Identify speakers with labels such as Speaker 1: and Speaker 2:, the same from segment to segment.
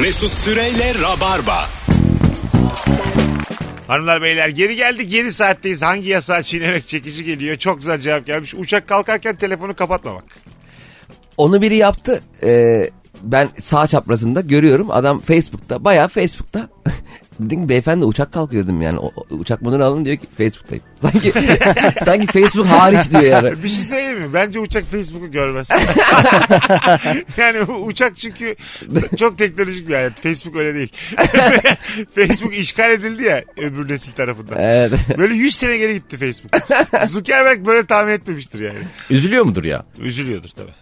Speaker 1: Mesut Süreyle Rabarba.
Speaker 2: Hanımlar beyler geri geldik yeni saatteyiz. Hangi yasağı çiğnemek çekici geliyor? Çok güzel cevap gelmiş. Uçak kalkarken telefonu kapatma bak.
Speaker 3: Onu biri yaptı. Ee, ben sağ çaprazında görüyorum adam Facebook'ta bayağı Facebook'ta dedim ki, beyefendi uçak kalkıyordum yani o, o- uçak modunu alın diyor ki Facebook'tayım. Sanki sanki Facebook hariç diyor yani.
Speaker 2: Bir şey söyleyeyim mi? Bence uçak Facebook'u görmez. yani u- uçak çünkü çok teknolojik bir hayat. Facebook öyle değil. Facebook işgal edildi ya öbür nesil tarafından.
Speaker 3: Evet.
Speaker 2: Böyle 100 sene geri gitti Facebook. Zuckerberg böyle tahmin etmemiştir yani.
Speaker 4: Üzülüyor mudur ya?
Speaker 2: Üzülüyordur tabii.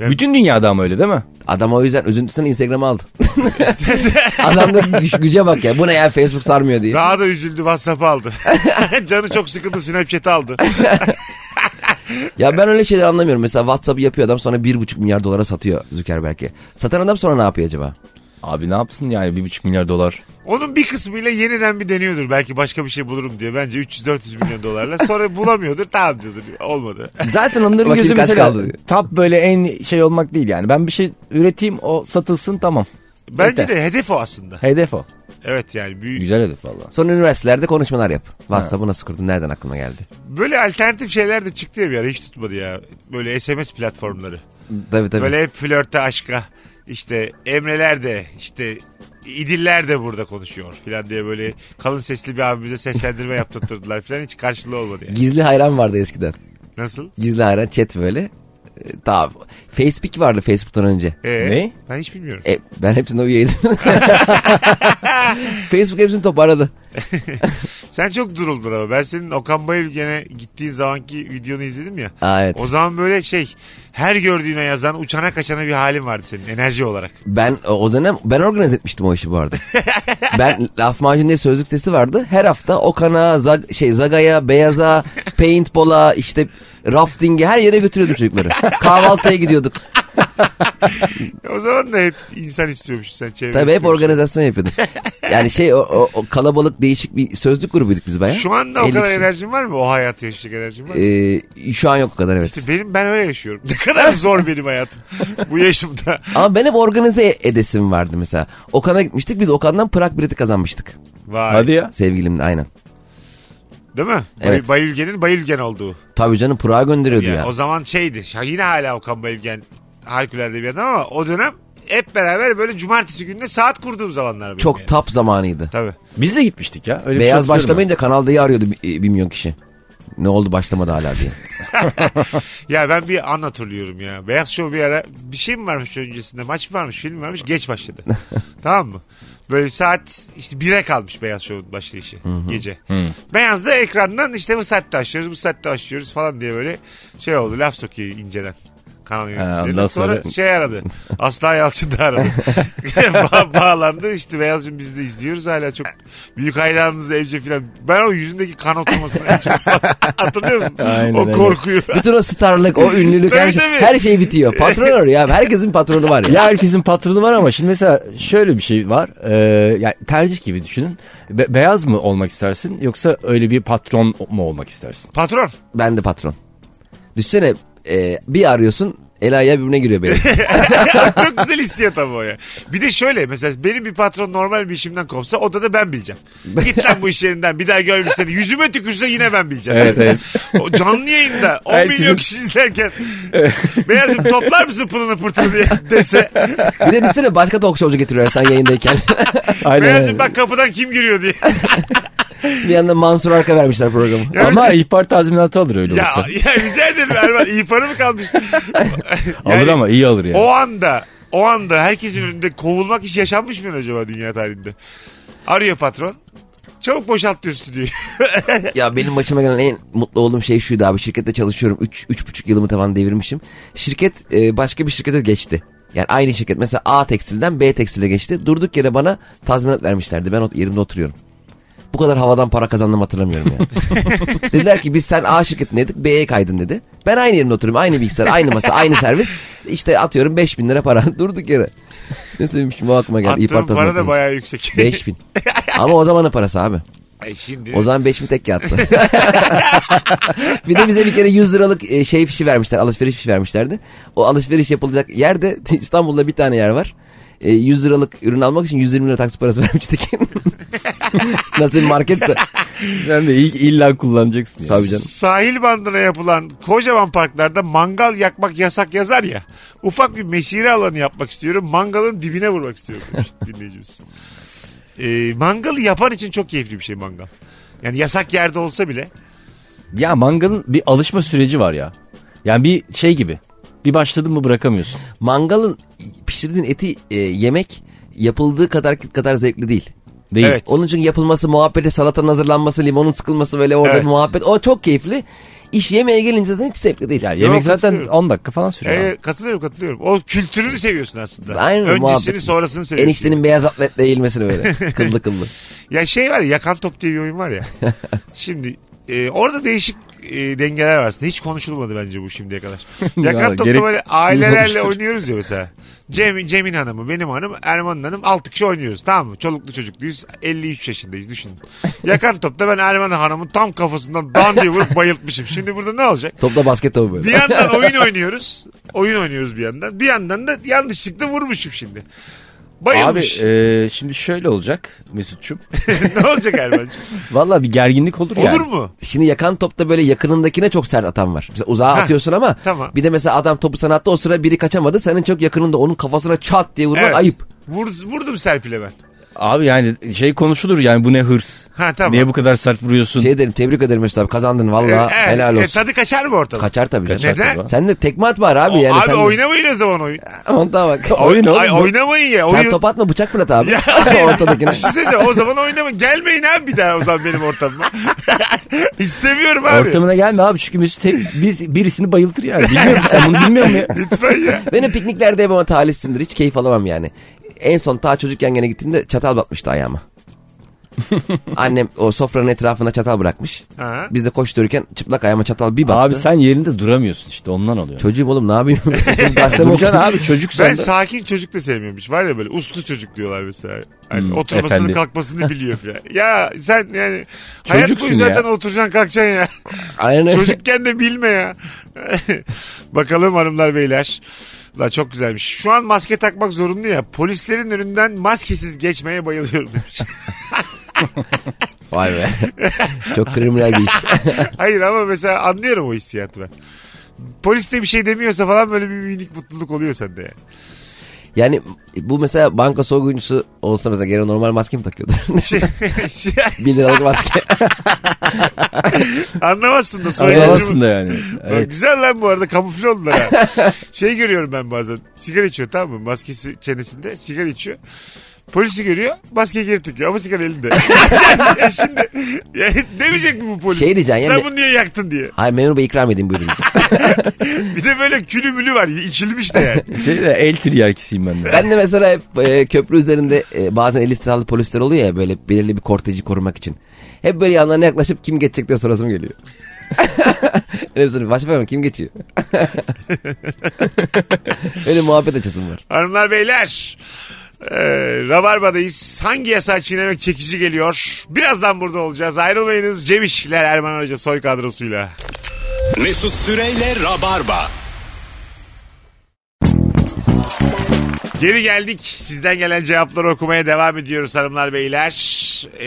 Speaker 4: Bütün dünyada ama öyle değil mi?
Speaker 3: Adam o yüzden üzüntüsünü Instagram'a aldı. Adamda güç- güce bak ya. Bu ne ya Facebook sarmıyor diye.
Speaker 2: Daha da üzüldü WhatsApp'ı aldı. Canı çok sıkıldı Snapchat'i aldı.
Speaker 3: Ya ben öyle şeyler anlamıyorum. Mesela WhatsApp'ı yapıyor adam sonra 1,5 milyar dolara satıyor Zuckerberg'e. Satan adam sonra ne yapıyor acaba?
Speaker 4: Abi ne yapsın yani bir buçuk milyar dolar.
Speaker 2: Onun bir kısmıyla yeniden bir deniyordur. Belki başka bir şey bulurum diye. Bence 300-400 milyon dolarla. Sonra bulamıyordur. Tamam diyordur. Olmadı.
Speaker 4: Zaten onların
Speaker 3: Bakayım
Speaker 4: gözü
Speaker 3: kaç
Speaker 4: mesela
Speaker 3: kaldı diyor.
Speaker 4: tap böyle en şey olmak değil yani. Ben bir şey üreteyim o satılsın tamam.
Speaker 2: Bence de hedef o aslında.
Speaker 4: Hedef o.
Speaker 2: Evet yani. Büyük.
Speaker 4: Güzel hedef valla.
Speaker 3: Sonra üniversitelerde konuşmalar yap. WhatsApp'ı nasıl kurdun? Nereden aklına geldi?
Speaker 2: Böyle alternatif şeyler de çıktı ya bir ara. Hiç tutmadı ya. Böyle SMS platformları.
Speaker 3: Tabii tabii.
Speaker 2: Böyle hep flörte, aşka. işte Emreler de işte İdiller de burada konuşuyor filan diye böyle kalın sesli bir abimize seslendirme yaptırtırdılar filan hiç karşılığı olmadı yani.
Speaker 3: Gizli hayran vardı eskiden.
Speaker 2: Nasıl?
Speaker 3: Gizli hayran chat böyle. Ee, tamam. Facebook vardı Facebook'tan önce.
Speaker 2: Ee,
Speaker 4: Ne?
Speaker 2: Ben hiç bilmiyorum.
Speaker 3: E, ben hepsinde üyeydim. Facebook hepsini toparladı.
Speaker 2: Sen çok duruldun ama. Ben senin Okan Bayülgen'e gittiğin zamanki videonu izledim ya.
Speaker 3: Aa, evet.
Speaker 2: O zaman böyle şey her gördüğüne yazan uçana kaçana bir halin vardı senin enerji olarak.
Speaker 3: Ben o- o dönem ben organize etmiştim o işi bu arada. ben Laf Macun diye sözlük sitesi vardı. Her hafta Okan'a, Zag, şey, Zaga'ya, Beyaz'a, Paintball'a, işte rafting'e her yere götürüyordum çocukları. Kahvaltıya gidiyorduk.
Speaker 2: E, O zaman da hep insan istiyormuş sen çevre
Speaker 3: Tabii hep
Speaker 2: istiyormuş.
Speaker 3: organizasyon yapıyorduk. Yani şey o, o- o kalabalık değişik bir sözlük grubuyduk biz bayağı.
Speaker 2: Şu anda o
Speaker 3: 50
Speaker 2: kadar
Speaker 3: kişi.
Speaker 2: enerjin var mı? O hayatı yaşayacak enerjin var mı?
Speaker 3: Ee, şu an yok o kadar evet.
Speaker 2: İşte benim ben öyle yaşıyorum. Ne kadar zor benim hayatım. Bu yaşımda.
Speaker 3: Ama ben hep organize edesim vardı mesela. Okan'a gitmiştik biz Okan'dan Prag bileti kazanmıştık.
Speaker 2: Vay.
Speaker 4: Hadi ya.
Speaker 3: Sevgilimle aynen.
Speaker 2: Değil mi? Bay,
Speaker 3: Evet.
Speaker 2: Bayülgen'in Bayülgen olduğu.
Speaker 3: Tabii canım Prag'a gönderiyordu
Speaker 2: Yani
Speaker 3: ya.
Speaker 2: O zaman şeydi. Ha, Yine hala Okan Bayülgen harikulade bir adam ama o dönem hep beraber böyle cumartesi gününe saat kurduğum zamanlar. benim
Speaker 3: Çok
Speaker 2: yani.
Speaker 3: tap zamanıydı.
Speaker 2: Tabii.
Speaker 4: Biz de gitmiştik ya. Öyle bir şey
Speaker 3: Beyaz
Speaker 4: hatırlıyorum
Speaker 3: başlamayınca Kanal D'yi arıyordu bir, bir milyon kişi. Ne oldu başlamadı hala diye.
Speaker 2: Ya ben bir an hatırlıyorum ya. Beyaz Show bir ara bir şey mi varmış öncesinde? Maç mı varmış? Film mi varmış? Geç başladı. tamam mı? Böyle saat işte bire kalmış Beyaz Show'un başlayışı gece. Beyaz da ekrandan işte bu saatte başlıyoruz, bu saatte başlıyoruz falan diye böyle şey oldu. Laf sokuyor incelen. Kanal
Speaker 4: ondan
Speaker 2: yöneticileri. Sonra
Speaker 4: sonra-
Speaker 2: şey aradı. Aslan Yalçın da aradı. Ba- bağlandı. İşte Beyaz'cığım biz de izliyoruz hala çok büyük hayranınız Evce falan. Ben o yüzündeki kan oturmasını en çok hatırlıyor musun?
Speaker 4: Aynen,
Speaker 2: o
Speaker 4: aynen.
Speaker 2: korkuyu.
Speaker 3: Bütün o starlık, o ünlülük her
Speaker 2: Tabii,
Speaker 3: şey,
Speaker 2: tabii.
Speaker 3: her şey bitiyor. Patron arıyor abi. Herkesin patronu var ya.
Speaker 4: Ya herkesin patronu var ama şimdi mesela şöyle bir şey var. Ee, yani tercih gibi düşünün. Be- beyaz mı olmak istersin yoksa öyle bir patron mu olmak istersin?
Speaker 2: Patron.
Speaker 3: Ben de patron. Düşsene e, bir arıyorsun el ayağı birbirine giriyor benim.
Speaker 2: Çok güzel hissiyat ama o ya. Bir de şöyle mesela benim bir patron normal bir işimden kovsa odada ben bileceğim. Git lan bu iş yerinden bir daha görmeyeyim seni. Yüzüme tükürse yine ben bileceğim.
Speaker 4: Evet, evet.
Speaker 2: o canlı yayında 10
Speaker 4: Herkesin-
Speaker 2: milyon kişi izlerken Beyazım toplar mısın pılını pırtını diye dese.
Speaker 3: bir de düşsene başka talk showcu getiriyor sen yayındayken.
Speaker 2: Beyazım bak kapıdan kim giriyor diye.
Speaker 3: bir yandan Mansur Arka vermişler programı.
Speaker 2: Ya
Speaker 4: Ama ihbar tazminatı alır öyle
Speaker 2: Ya,
Speaker 4: olsa.
Speaker 2: ya rica ederim Erman. İyi para mı kalmış?
Speaker 4: alır
Speaker 2: Yani
Speaker 4: ama iyi alır yani.
Speaker 2: O anda o anda herkesin önünde kovulmak hiç yaşanmış mı acaba dünya tarihinde? Arıyor patron. Çabuk boşalt diyor stüdyoyu.
Speaker 3: Ya benim başıma gelen en mutlu olduğum şey şuydu abi. Şirkette çalışıyorum. 3 üç, 3,5 yılımı tavan devirmişim. Şirket e, başka bir şirkete geçti. Yani aynı şirket mesela A tekstilden B tekstile geçti. Durduk yere bana tazminat vermişlerdi. Ben o yerimde oturuyorum. Bu kadar havadan para kazandım hatırlamıyorum ya. Dediler ki biz sen A şirketindeydik B'ye kaydın dedi. Ben aynı yerimde oturuyorum. Aynı bilgisayar, aynı masa, aynı servis. İşte atıyorum 5000 lira para. Durduk yere. Ne sevmişim o aklıma geldi. İyi
Speaker 2: Attığın
Speaker 3: partasını
Speaker 2: para da
Speaker 3: atayım.
Speaker 2: bayağı yüksek.
Speaker 3: 5000. Ama o zamanın parası abi.
Speaker 2: Ay şimdi.
Speaker 3: O zaman 5000 tek yattı. bir de bize bir kere 100 liralık e, şey fişi vermişler. Alışveriş fişi vermişlerdi. O alışveriş yapılacak yerde İstanbul'da bir tane yer var. e, 100 liralık ürün almak için 120 lira taksi parası vermiştik. Nasıl bir marketse.
Speaker 4: Sen de ilk illa kullanacaksın. ya.
Speaker 3: Tabii canım.
Speaker 2: Sahil bandına yapılan kocaman parklarda mangal yakmak yasak yazar ya. Ufak bir mesire alanı yapmak istiyorum. Mangalın dibine vurmak istiyorum demiş dinleyicimiz. Ee, mangalı yapan için çok keyifli bir şey mangal. Yani yasak yerde olsa bile.
Speaker 4: Ya mangalın bir alışma süreci var ya. Yani bir şey gibi. Bir başladın mı bırakamıyorsun.
Speaker 3: Mangalın pişirdiğin eti e, yemek yapıldığı kadar kadar zevkli değil.
Speaker 4: Değil.
Speaker 2: Evet.
Speaker 3: Onun için yapılması, muhabbeti, salatanın hazırlanması, limonun sıkılması böyle orada
Speaker 2: Evet.
Speaker 3: bir muhabbet. O çok keyifli. İş yemeğe gelince zaten hiç zevkli değil.
Speaker 4: Ya yemek zaten
Speaker 2: katılıyorum.
Speaker 4: 10 dakika falan sürüyor.
Speaker 2: Ee, katılıyorum katılıyorum. O kültürünü seviyorsun aslında.
Speaker 3: Aynen,
Speaker 2: Öncesini
Speaker 3: muhabbet.
Speaker 2: sonrasını seviyorsun.
Speaker 3: Eniştenin beyaz atletle eğilmesini böyle. kıllı kıllı.
Speaker 2: Ya şey var ya yakan top diye bir oyun var ya. Şimdi e, orada değişik e, dengeler var aslında. Hiç konuşulmadı bence bu şimdiye kadar. yakan
Speaker 4: Vallahi
Speaker 2: topta
Speaker 4: gerek
Speaker 2: böyle ailelerle
Speaker 4: duymamıştır.
Speaker 2: oynuyoruz ya mesela. Cem, Cem'in hanımı, benim hanım, Erman'ın hanım 6 kişi oynuyoruz tamam mı? Çoluklu çocukluyuz. 53 yaşındayız düşünün. Yakan topta ben Erman hanımın tam kafasından dan diye vurup bayıltmışım. Şimdi burada ne olacak?
Speaker 3: Topla basket topu böyle.
Speaker 2: Bir yandan oyun oynuyoruz. Oyun oynuyoruz bir yandan. Bir yandan da yanlışlıkla vurmuşum şimdi.
Speaker 4: Abi
Speaker 2: Bayılmış.
Speaker 4: e, şimdi şöyle olacak Mesut'cum.
Speaker 2: ne olacak Erman'cığım?
Speaker 4: Valla bir gerginlik olur, yani.
Speaker 2: Olur mu?
Speaker 3: Şimdi yakan topta böyle yakınındakine çok sert atan var. Mesela uzağa
Speaker 2: Ha,
Speaker 3: atıyorsun ama
Speaker 2: tamam.
Speaker 3: bir de mesela adam topu sana attı o sıra biri kaçamadı. Senin çok yakınında onun kafasına çat diye vurmak
Speaker 2: Evet.
Speaker 3: ayıp.
Speaker 2: Vur, vurdum Serpil'e ben.
Speaker 4: Abi yani şey konuşulur yani bu ne hırs.
Speaker 2: Ha, tamam.
Speaker 4: Niye bu kadar sert vuruyorsun?
Speaker 3: Şey derim tebrik ederim Mesut abi kazandın valla
Speaker 2: Evet,
Speaker 3: helal
Speaker 2: e,
Speaker 3: olsun.
Speaker 2: tadı kaçar mı ortada?
Speaker 3: Kaçar tabii. canım.
Speaker 2: Neden?
Speaker 4: tabii.
Speaker 3: Sen de tekme atma bari abi.
Speaker 2: O-
Speaker 3: yani
Speaker 2: abi
Speaker 3: sen de-
Speaker 2: oynamayın o zaman oyun.
Speaker 3: Aman da bak.
Speaker 4: Oyun oğlum
Speaker 2: Ay,
Speaker 4: bu.
Speaker 2: oynamayın ya.
Speaker 3: Sen
Speaker 2: Oyun...
Speaker 3: top atma bıçak fırlat abi.
Speaker 2: Ya, hayır.
Speaker 3: Ortadakine.
Speaker 2: Bir şey söyleyeceğim. O zaman oynamayın. Gelmeyin abi bir daha o zaman benim ortamıma. İstemiyorum abi.
Speaker 4: Ortamına gelme abi çünkü Mesut hep- biz, birisini bayıltır yani. Bilmiyor musun sen bunu bilmiyor musun ya?
Speaker 2: Lütfen ya.
Speaker 3: Benim pikniklerde hep ama talihsizimdir. Hiç keyif alamam yani. En son ta çocukken gene gittiğimde çatal batmıştı ayağıma. Annem o sofranın etrafında çatal bırakmış.
Speaker 2: Ha.
Speaker 3: Biz de koştururken çıplak ayağıma çatal bir battı.
Speaker 4: Abi sen yerinde duramıyorsun işte ondan oluyor.
Speaker 3: Çocuğum oğlum ne yapayım? Gazetemi
Speaker 4: Duracaksın
Speaker 3: okuyayım.
Speaker 4: abi çocuk sen
Speaker 2: Ben
Speaker 4: de.
Speaker 2: sakin çocuk da sevmiyormuş. Var ya böyle uslu çocuk diyorlar mesela. Hani
Speaker 4: Hmm,
Speaker 2: oturmasını
Speaker 4: efendi.
Speaker 2: kalkmasını biliyor falan. Ya sen yani hayat
Speaker 4: Çocuksun
Speaker 2: boyu zaten
Speaker 4: ya.
Speaker 2: oturacaksın kalkacaksın ya.
Speaker 3: Aynen öyle.
Speaker 2: Çocukken de bilme ya. Bakalım hanımlar beyler. La çok güzelmiş. Şu an maske takmak zorunlu ya. Polislerin önünden maskesiz geçmeye bayılıyorum demiş.
Speaker 3: Vay be. Çok kriminal bir iş.
Speaker 2: Hayır ama mesela anlıyorum o hissiyatı ben. Polis de bir şey demiyorsa falan böyle bir minik mutluluk oluyor sende ya.
Speaker 3: Yani bu mesela banka soyguncusu olsa mesela gene normal maske mi takıyordu?
Speaker 2: Şey, şey,
Speaker 3: 1 liralık maske.
Speaker 2: anlamazsın da soyguncu
Speaker 4: Anlamazsın
Speaker 2: mu?
Speaker 4: da yani.
Speaker 2: Bak Güzel lan bu arada kamufle oldular ha. şey görüyorum ben bazen. Sigara içiyor tamam mı? Maskesi çenesinde sigara içiyor. Polisi görüyor. Maskeyi geri takıyor ama sigara elinde. ya şimdi ya demeyecek mi bu polis?
Speaker 3: Şey diyeceksin
Speaker 2: Sen
Speaker 3: yani-
Speaker 2: bunu niye yaktın diye.
Speaker 3: Hayır memur bey ikram edeyim buyurun.
Speaker 2: Bir de böyle külü mülü var. İçilmiş de yani.
Speaker 4: Şey de el tiryakisiyim ben de.
Speaker 3: Ben de mesela hep e, köprü üzerinde e, bazen el istihbaratlı polisler oluyor ya böyle belirli bir korteji korumak için. Hep böyle yanlarına yaklaşıp kim geçecek diye sorasım geliyor. Öyle bir soru. Başbakanım kim geçiyor? Öyle muhabbet açasım var.
Speaker 2: Hanımlar beyler. Ee, Rabarba'dayız. Hangi yasa çiğnemek çekici geliyor? Birazdan burada olacağız. Ayrılmayınız. Cem İşçiler Erman Hoca soy kadrosuyla.
Speaker 1: Mesut Süreyle Rabarba.
Speaker 2: Geri geldik. Sizden gelen cevapları okumaya devam ediyoruz hanımlar beyler. Ee,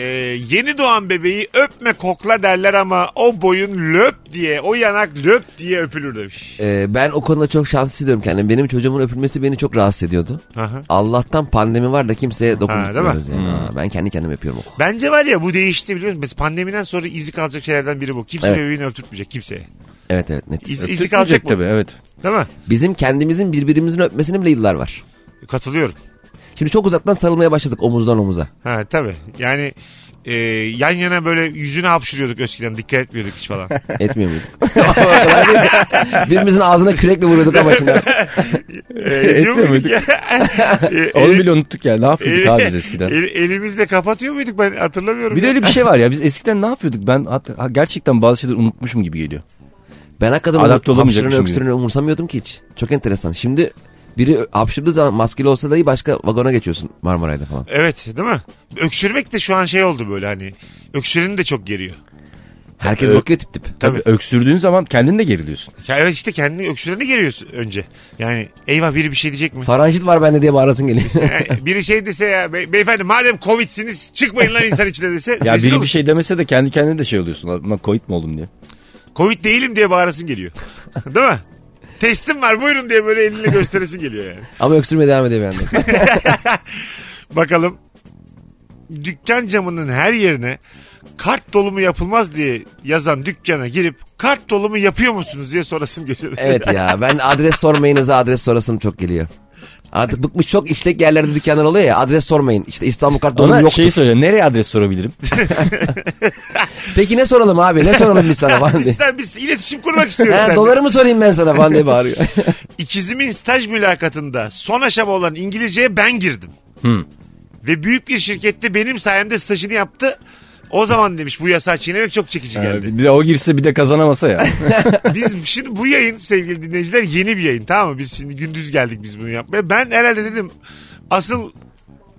Speaker 2: yeni doğan bebeği öpme kokla derler ama o boyun löp diye, o yanak löp diye öpülür demiş.
Speaker 3: E, ben o konuda çok şanslı hissediyorum kendimi. Benim çocuğumun öpülmesi beni çok rahatsız ediyordu.
Speaker 2: Aha.
Speaker 3: Allah'tan pandemi var da kimseye
Speaker 2: Ha, değil mi?
Speaker 3: dokunmuyoruz yani.
Speaker 4: Hmm.
Speaker 3: Ha, ben kendi kendime öpüyorum. Oh.
Speaker 2: Bence var ya bu değişti biliyor musun? Biz pandemiden sonra izi kalacak şeylerden biri bu. Kimse
Speaker 3: Evet.
Speaker 2: bebeğini öptürtmeyecek kimseye.
Speaker 3: Evet evet net.
Speaker 2: İz, izi
Speaker 4: Öptürtmeyecek
Speaker 2: kalacak bu.
Speaker 4: tabii evet.
Speaker 2: Değil mi?
Speaker 3: Bizim kendimizin birbirimizin öpmesine bile yıllar var.
Speaker 2: Katılıyorum.
Speaker 3: Şimdi çok uzaktan sarılmaya başladık omuzdan omuza.
Speaker 2: Ha tabii. Yani e, yan yana böyle yüzüne hapşırıyorduk eskiden. Dikkat etmiyorduk hiç falan.
Speaker 3: Etmiyor muyduk? O kadar değil de. Birbirimizin ağzına kürekle vuruyorduk ama şimdi.
Speaker 2: E, ediyor
Speaker 4: Etmiyor
Speaker 2: muyduk ya? E,
Speaker 4: Onu
Speaker 2: eli-
Speaker 4: bile unuttuk ya. Ne yapıyorduk
Speaker 2: eli-
Speaker 4: abi biz eskiden?
Speaker 2: el- elimizle kapatıyor muyduk ben hatırlamıyorum.
Speaker 4: Bir de
Speaker 2: ya.
Speaker 4: öyle bir şey var ya biz eskiden ne yapıyorduk? Ben hatta, ha, gerçekten bazı şeyleri unutmuşum gibi geliyor.
Speaker 3: Ben hakikaten
Speaker 4: Adapte
Speaker 3: onu
Speaker 4: olamayacak
Speaker 3: hapşırını
Speaker 4: şimdi.
Speaker 3: öksürünü umursamıyordum ki hiç. Çok enteresan. Şimdi biri hapşırdığı zaman maskeli olsa dahi başka vagona geçiyorsun Marmaray'da falan.
Speaker 2: Evet değil mi? Öksürmek de şu an şey oldu böyle hani. Öksüreni de çok geriyor.
Speaker 3: Herkes bakıyor tip tip.
Speaker 2: Tabii.
Speaker 4: Öksürdüğün zaman kendin de geriliyorsun.
Speaker 2: Ya Evet işte kendini öksürene geliyorsun önce. Yani eyvah biri bir şey diyecek mi?
Speaker 3: Faranjit var bende diye bağırasın geliyor.
Speaker 2: Yani biri şey dese ya "Be- beyefendi madem covidsiniz çıkmayın lan insan içine dese.
Speaker 4: Ya
Speaker 2: rezil
Speaker 4: biri bir
Speaker 2: olursun.
Speaker 4: şey demese de kendi kendine de şey oluyorsun. "Lan Buna COVID mi oldum diye. şey-
Speaker 2: Covid değilim diye bağırasın geliyor. Değil mi? Testim var buyurun diye böyle elini gösteresi geliyor yani.
Speaker 3: Ama öksürmeye devam ediyor bir yandan.
Speaker 2: Bakalım dükkan camının her yerine kart dolumu yapılmaz diye yazan dükkana girip kart dolumu yapıyor musunuz diye sorasım geliyor.
Speaker 3: Evet ya ben adres sormayınıza adres sorasım çok geliyor. Artık bıkmış çok işlek yerlerde dükkanlar oluyor ya adres sormayın. İşte İstanbul kart dolum
Speaker 4: Ona
Speaker 3: yoktur.
Speaker 4: şeyi söyle. şey Nereye adres sorabilirim?
Speaker 3: Peki ne soralım abi ne soralım biz sana falan diye.
Speaker 2: İşte biz iletişim kurmak istiyoruz
Speaker 3: Ha,
Speaker 2: seninle.
Speaker 3: doları mı sorayım ben sana falan diye bağırıyor.
Speaker 2: İkizimin staj mülakatında son aşama olan İngilizceye ben girdim. Ve büyük bir şirkette benim sayemde stajını yaptı. O zaman demiş bu yasa çiğnemek çok çekici
Speaker 4: Ee,
Speaker 2: geldi.
Speaker 4: bir de o girse bir de kazanamasa ya.
Speaker 2: Biz şimdi bu yayın sevgili dinleyiciler yeni bir yayın tamam mı? Biz şimdi gündüz geldik biz bunu yapmaya. Ben herhalde dedim asıl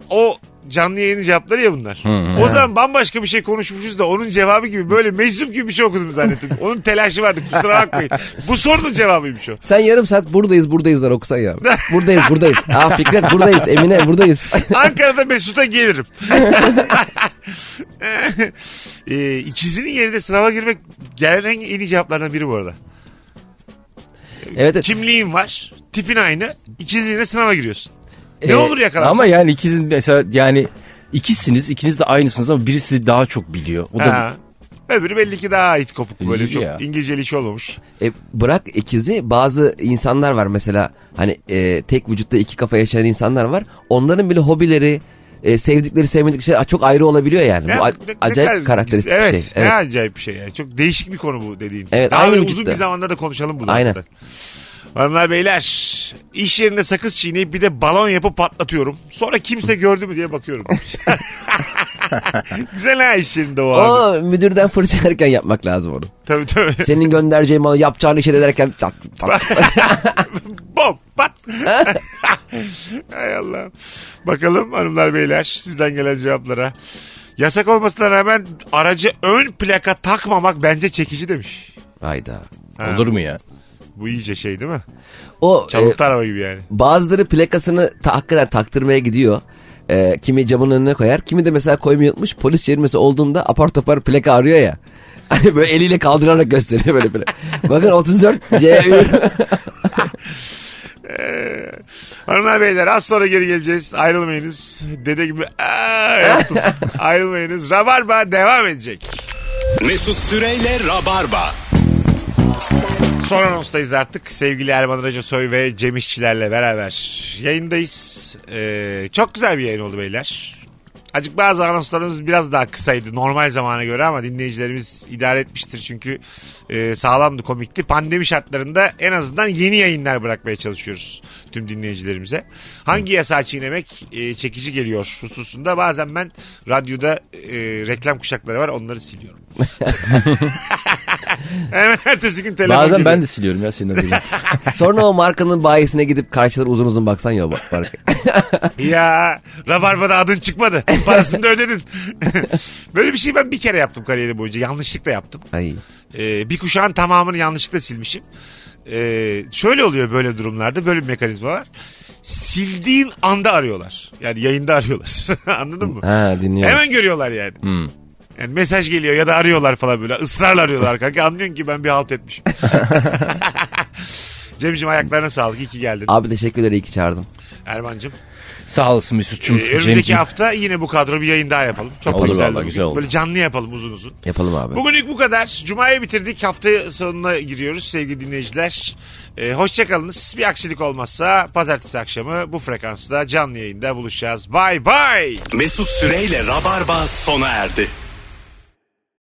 Speaker 2: o canlı yayının cevapları ya bunlar. o zaman bambaşka bir şey konuşmuşuz da onun cevabı gibi böyle meczup gibi bir şey okudum zannettim. onun telaşı vardı kusura bakmayın. bu sorunun cevabıymış o.
Speaker 3: Sen yarım saat buradayız buradayızlar okusan ya. Buradayız buradayız. Aa Fikret buradayız Emine buradayız.
Speaker 2: Ankara'da Mesut'a gelirim. e, ikizinin yerine sınava girmek gelen en iyi cevaplardan biri bu arada.
Speaker 3: evet, evet.
Speaker 2: Kimliğin var, tipin aynı, ikizinin yerine sınava giriyorsun. Ne
Speaker 3: Ee,
Speaker 2: olur yakalansan.
Speaker 4: ama yani ikizin mesela yani ikizsiniz ikiniz de aynısınız ama birisi daha çok biliyor. O da
Speaker 2: Ha. Öbürü belli ki daha it kopuk böyle
Speaker 4: İlginç
Speaker 2: çok
Speaker 4: ya.
Speaker 2: İngilizceli iş olmamış.
Speaker 3: E, bırak ikizi bazı insanlar var mesela hani e, tek vücutta iki kafa yaşayan insanlar var. Onların bile hobileri e, sevdikleri sevmedikleri şeyler çok ayrı olabiliyor yani.
Speaker 2: Ne-
Speaker 3: Bu a-
Speaker 2: ne- ne kadar-
Speaker 3: acayip karakteristik
Speaker 2: evet,
Speaker 3: bir şey. Evet.
Speaker 2: Ne acayip bir şey yani. Çok değişik bir konu bu dediğin.
Speaker 3: Evet,
Speaker 2: Daha
Speaker 3: aynı
Speaker 2: böyle uzun
Speaker 3: vücutta.
Speaker 2: bir zamanda da konuşalım bunu.
Speaker 3: Aynen.
Speaker 2: hakikaten. Hanımlar beyler iş yerinde sakız çiğneyip bir de balon yapıp patlatıyorum. Sonra kimse gördü mü diye bakıyorum. Güzel ha iş yerinde o abi.
Speaker 3: O müdürden fırça yerken yapmak lazım onu.
Speaker 2: Tabii tabii.
Speaker 3: Senin göndereceğin malı yapacağın işe ederken tak, tak.
Speaker 2: Bom pat. Hay Allah. Bakalım hanımlar beyler sizden gelen cevaplara. Yasak olmasına rağmen aracı ön plaka takmamak bence çekici demiş.
Speaker 3: Hayda.
Speaker 2: Ha,
Speaker 4: olur mu ya?
Speaker 2: Bu iyice şey değil mi?
Speaker 3: O e,
Speaker 2: Çalıntı araba gibi yani.
Speaker 3: Bazıları plakasını ta, hakikaten taktırmaya gidiyor. Ee, kimi camın önüne koyar. Kimi de mesela koymuyormuş. Polis çevirmesi olduğunda apar topar plaka arıyor ya. Hani böyle eliyle kaldırarak gösteriyor böyle plaka. Bakın 34 C
Speaker 2: Ee, hanımlar beyler az sonra geri geleceğiz. Ayrılmayınız. Dede gibi "Aa!" yaptım. Ayrılmayınız. Rabarba devam edecek.
Speaker 1: Mesut Süreyle Rabarba.
Speaker 2: Son anonstayız artık. Sevgili Erman Raca Soy ve Cem İşçilerle beraber yayındayız. Ee, çok güzel bir yayın oldu beyler. Acık bazı anonslarımız biraz daha kısaydı normal zamana göre ama dinleyicilerimiz idare etmiştir çünkü e, sağlamdı komikti. Pandemi şartlarında en azından yeni yayınlar bırakmaya çalışıyoruz tüm dinleyicilerimize. Hangi yasağı çiğnemek e, çekici geliyor hususunda bazen ben radyoda e, reklam kuşakları var onları siliyorum. Hemen ertesi gün telefon
Speaker 4: Bazen
Speaker 2: geliyor.
Speaker 4: ben de siliyorum ya senin haberin.
Speaker 3: Sonra o markanın bayisine gidip karşılara uzun uzun baksan ya bak fark.
Speaker 2: Ya Rabarba'da adın çıkmadı. Parasını da ödedin. Böyle bir şey ben bir kere yaptım kariyerim boyunca. Yanlışlıkla yaptım.
Speaker 3: Ay.
Speaker 2: Ee, bir kuşağın tamamını yanlışlıkla silmişim. Ee, şöyle oluyor böyle durumlarda. Böyle bir mekanizma var. Sildiğin anda arıyorlar. Yani yayında arıyorlar. Anladın mı?
Speaker 3: Ha dinliyorum.
Speaker 2: Hemen görüyorlar yani. Yani mesaj geliyor ya da arıyorlar falan böyle. Israrla arıyorlar kanka. Anlıyorsun ki ben bir halt etmişim. Cemciğim ayaklarına sağlık. İyi ki geldin.
Speaker 3: Abi teşekkürler iyi ki çağırdın.
Speaker 2: Erman'cım.
Speaker 4: Sağ olasın Mesut'cum.
Speaker 2: Ee, önümüzdeki
Speaker 4: Cemciğim.
Speaker 2: hafta yine bu kadro bir yayın daha yapalım. Çok
Speaker 4: Olur
Speaker 2: da güzeldi
Speaker 4: vallahi,
Speaker 2: bugün.
Speaker 4: güzel oldu.
Speaker 2: Böyle canlı yapalım uzun uzun.
Speaker 3: Yapalım abi.
Speaker 2: Bugünlük bu kadar. Cuma'yı bitirdik. Hafta sonuna giriyoruz sevgili dinleyiciler. Ee, Hoşçakalınız. Bir aksilik olmazsa pazartesi akşamı bu frekansta canlı yayında buluşacağız. Bay bay.
Speaker 1: Mesut Süreyle Rabarba sona erdi.